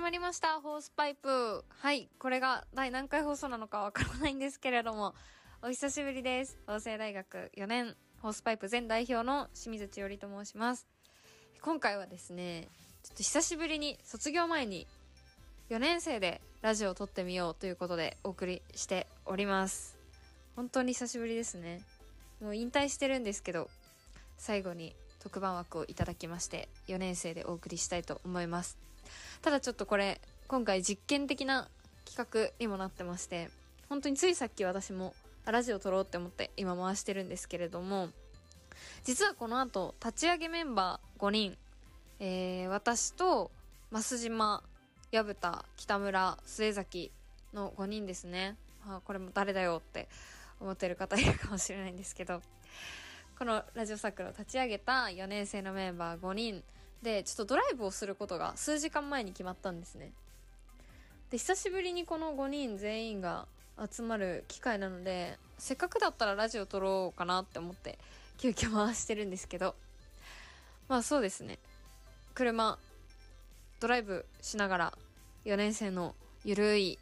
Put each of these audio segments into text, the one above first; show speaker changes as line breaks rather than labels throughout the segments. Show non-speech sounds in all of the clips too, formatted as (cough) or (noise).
まりました。ホースパイプ。はい。これが第何回放送なのかわからないんですけれども、お久しぶりです。法政大学4年、ホースパイプ前代表の清水千織と申します。今回はですね、ちょっと久しぶりに卒業前に4年生でラジオを撮ってみようということでお送りしております。本当に久しぶりですね。もう引退してるんですけど、最後に特番枠をいただきまして、4年生でお送りしたいと思います。ただちょっとこれ、今回実験的な企画にもなってまして、本当についさっき私もラジオ撮ろうって思って今回してるんですけれども、実はこの後、立ち上げメンバー5人、えー、私と、増島、薮田、北村、末崎の5人ですね。あーこれも誰だよって思ってる方いるかもしれないんですけど、このラジオサークルを立ち上げた4年生のメンバー5人で、ちょっとドライブをすることが数時間前に決まったんですね。で、久しぶりにこの5人全員が集まる機会なので、せっかくだったらラジオ撮ろうかなって思って、急遽回してるんですけど、まあそうですね。車、ドライブしながら4年生のゆるい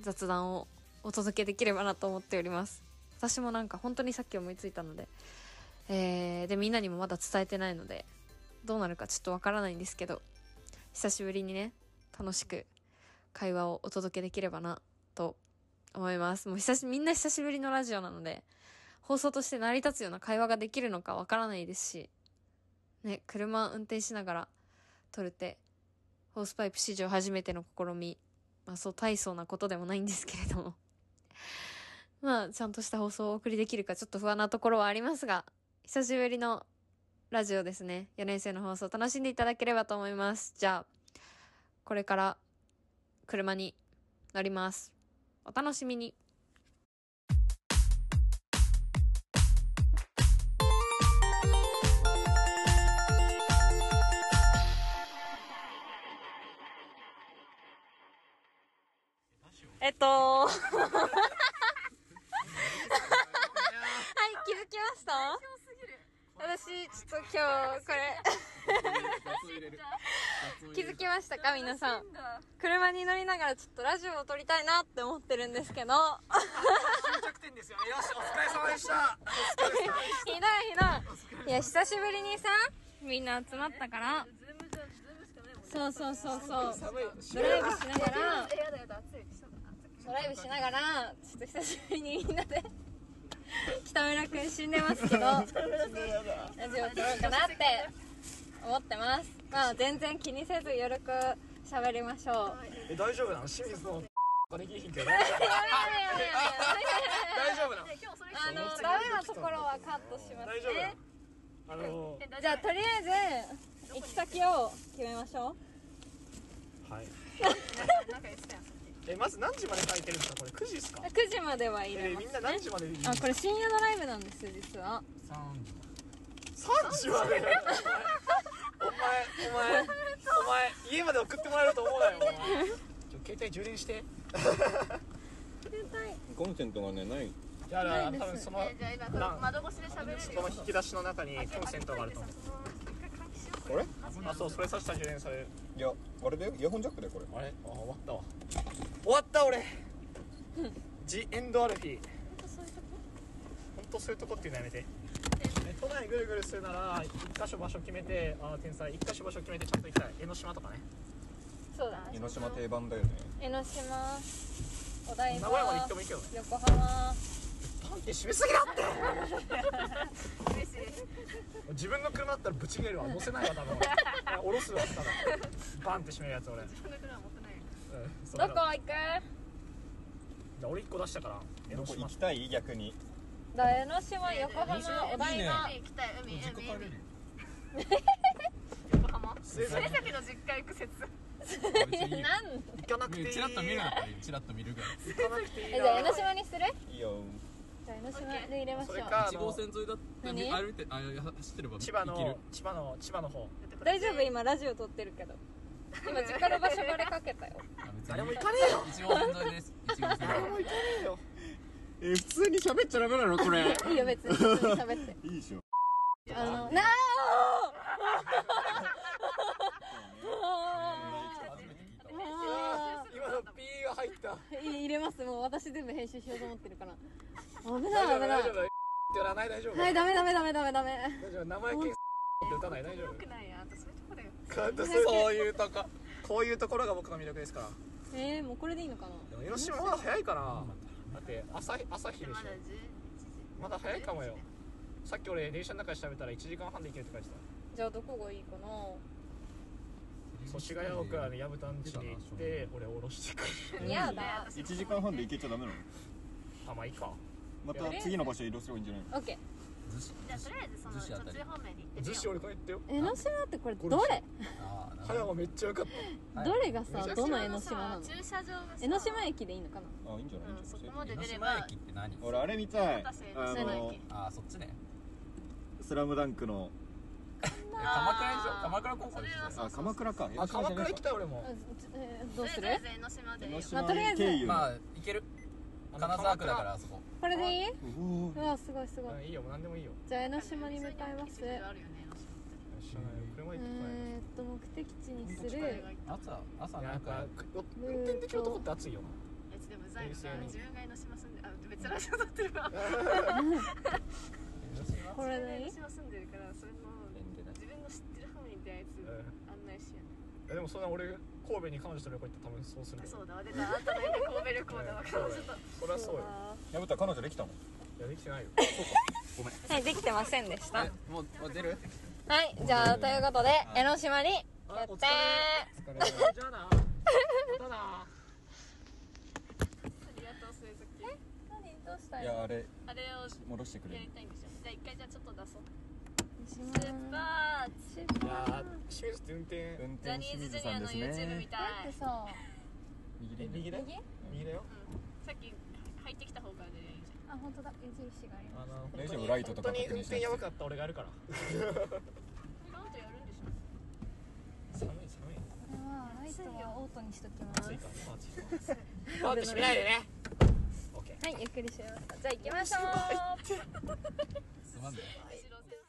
雑談をお届けできればなと思っております。私もなんか本当にさっき思いついたので、えー、で、みんなにもまだ伝えてないので、どうなるかちょっとわからないんですけど、久しぶりにね、楽しく会話をお届けできればな、と思います。もう久し、みんな久しぶりのラジオなので、放送として成り立つような会話ができるのかわからないですし、ね、車運転しながら撮るって、ホースパイプ史上初めての試み、まあそう大層なことでもないんですけれども。 (laughs) まあ、ちゃんとした放送をお送りできるかちょっと不安なところはありますが、久しぶりのラジオですね。4年生の放送楽しんでいただければと思います。じゃあ、これから車に乗ります。お楽しみに。えっと、はい、気づきました私、ちょっと今日、これ、気づきましたか皆さん。車に乗りながらちょっとラジオを撮りたいなって思ってるんですけど、
着点ですよね。よし、お疲れ様でした。
ひどいひどい。いや、久しぶりにさ、みんな集まったから、そうそうそうそう、
寒い。
ドライブしながら、ドライブしながら、ちょっと久しぶりにみんなで、北村くん死んでますけど、ラジオ撮ろうかなって思ってます。まあ、全然気にせずよろく喋りましょう。 (laughs)
え、大丈夫なの清水の金木品かな大丈夫なの
あの、ダメなところはカットします
大丈夫な
ね
の。あのー、
じゃあ、とりあえず、行き先を決めましょう。
はい。え、まず何時まで書いてるんですかこれ9時ですか
9時までは入れ
え、
ま
みん
す。
な何時までいい
あ、これ深夜のライブなんですよ、実は。
?3 時までお前、お前、お前、お前、家まで送ってもらえると思うなよ、お前。ちょ、携帯充電して。
コンセントがねない
いや、だから多分その、
じゃあ今この窓越しで喋れる
そ
よ
の引き出しの中にコンセントがあると思う。
あれ
あ、そう、それさしたら充電される。
いやあれだよイヤホンジャックだよこれ
あれあ終わったわ終わった俺ジ・エンド・アルフィー本当そういうとこっていうのやめてえ都内ぐるぐるするなら一箇所場所決めてああ天才一箇所場所決めてちゃんと行きたい江ノ島とかね
そうだね。
江ノ島定番だよね
江ノ島、お台
名
場
古、屋まで行ってもいいけどね
横浜。
パンって締めすぎだって自分の車だったらぶち切れるわ乗せないわ多分俺降ろすわただバンって締めるやつ俺自分の車持ってないうんそ
ど
うだ
こ
か
行く
ら俺一個出したから江
ど
ノ
こ
島
行きたい逆に
だ江ノ島、横浜、お台場。
海行きたい海海
れ
海
る
横浜
末
それ
崎
さきの実家行く説
なん
行かなくていい
らチラッと見るぐらい
行かなくていい
え、
な
じゃあ江ノ島にする
いいよ
じゃあ江ノ島で入れましょ
そうれ。かあ
1号
の
線沿いだったら
何
歩いてあいや走ってれば
千葉
行ける
の千葉の千葉の方
大丈夫今ラジオ撮ってるけど。今、実家の場所バレかけ (laughs) たよ。
あ別に
誰も行かねえよ
1号線沿いです1号線沿い
行かねえよ
え普通に喋っちゃダメなのこれ
いいよ、別に普通に喋って。
いいでしょ
あの、なあ
初めて聞い
(laughs)
た
もう
か
入れますもう私全部編集しようと思ってるから危
大
な
丈
い
夫
危な
大
い
丈夫って言わない大丈夫
はいダメダメダメダメダメ
大丈夫名前検索って打たない大丈
よくないやん私そういうとこだ
夫
よ
そういうとここういうところが僕の魅力ですから
えー、もうこれでいいのかな
でも江ノ島まだ早いかなだって朝朝日でしょ
まだ11時
まだ早いかもよさっき俺電車の中で調べたら1時間半で行けるって書いて
じゃあどこがいいかな
た祖師ヶ谷奥の薮丹地に行って俺降ろしてくる
や
ね
だ
私
一時間半で行けちゃダメなの
あまあいいか
また次の場所移動すればいいんじゃないの
オッケー
逗子
じゃあとりあえずその
逗子あ
途
たり
中方面に行ってみ
逗
よ
子俺から行ってよ
江ノ島ってこれどれ
あーなる
早
ほ
はめっちゃ良かった
ど
どれが
め
さ
ちゃくちゃ
ど
う
の江ノ島なの
駐車場がさ
江ノ島駅でいいのかな
あいいんじゃないいいん
うん
じ
そ
ゃ
こ
ない
まで
江ノ
出れ
島
ば
駅って何
俺あれ見たい
博士江
あ
ノ島
の
駅
あーそっちね
「スラムダンクの
え鎌倉でしょ鎌倉高校でし
それは
ょ
そう
あ鎌倉か
あ鎌倉行きたい俺も
あずえーど
と
う
り
する
あえず江ノ島でいい
江ノ
よ
ま
島
あとりあえず
経由の
まあ行ける金沢区だからあそこ
これでいいう
お
う
ー
わすごいすごい
うんいいよ何でもいいよ
じゃあ江ノ島に向かいますえ
江ノ島に行く必要あるよね江ノ島
知らない車行ってこない
ーっと目的地にす
これ
る
がいい
朝朝
いや
な
やっ
んか
ぱ運転できるとこって暑いよ
やつでもうざいの
冷静
が
に
自分が江ノ島住んであ別ラジオ撮ってるわ
これでいい
私は住んでるからそれの自分の知ってる範囲であいつ
な、うん
案内しやね
えでもそんな俺神戸に彼女と旅行行って多分そうするよ
そうだわ出たあんたの夢神戸旅行だわ彼女と
そりゃそうよ
やぶた彼女できたの
いやできてないよ
はいできてませんでしたは
もうもう出る
いじゃあということで江ノ島に
あお疲
でー
れお疲れじゃあなまたな
ありがとう水族え
何どうした
いやあれ
あれを
戻してくれ
や
る
りたいんでしょじゃあ一回じゃあちょっと出そう
出
出発
い (laughs) やー清水って運転
運
ジャ
転
ニ
清
ーズジ
水
ュニ
さ
ア
んで
の
す
YouTube 見
ね
たい、
さ
え
右
右だよ右だよ
うん、さっき入ってきた方から出ればいいじ
あ本当だ矢印があり
あの
大丈夫ライトとか
本当に
確
運
認しな
転
い
やばかった俺がやるから
ゃんこの後やるんでしょ
寒い寒い
これはライトはオートにしときま
暑いか暑い (laughs) か待って閉めないでねオッケー
はいゆっくりしましたじゃあ行きましょう
つまんない
後ろ先生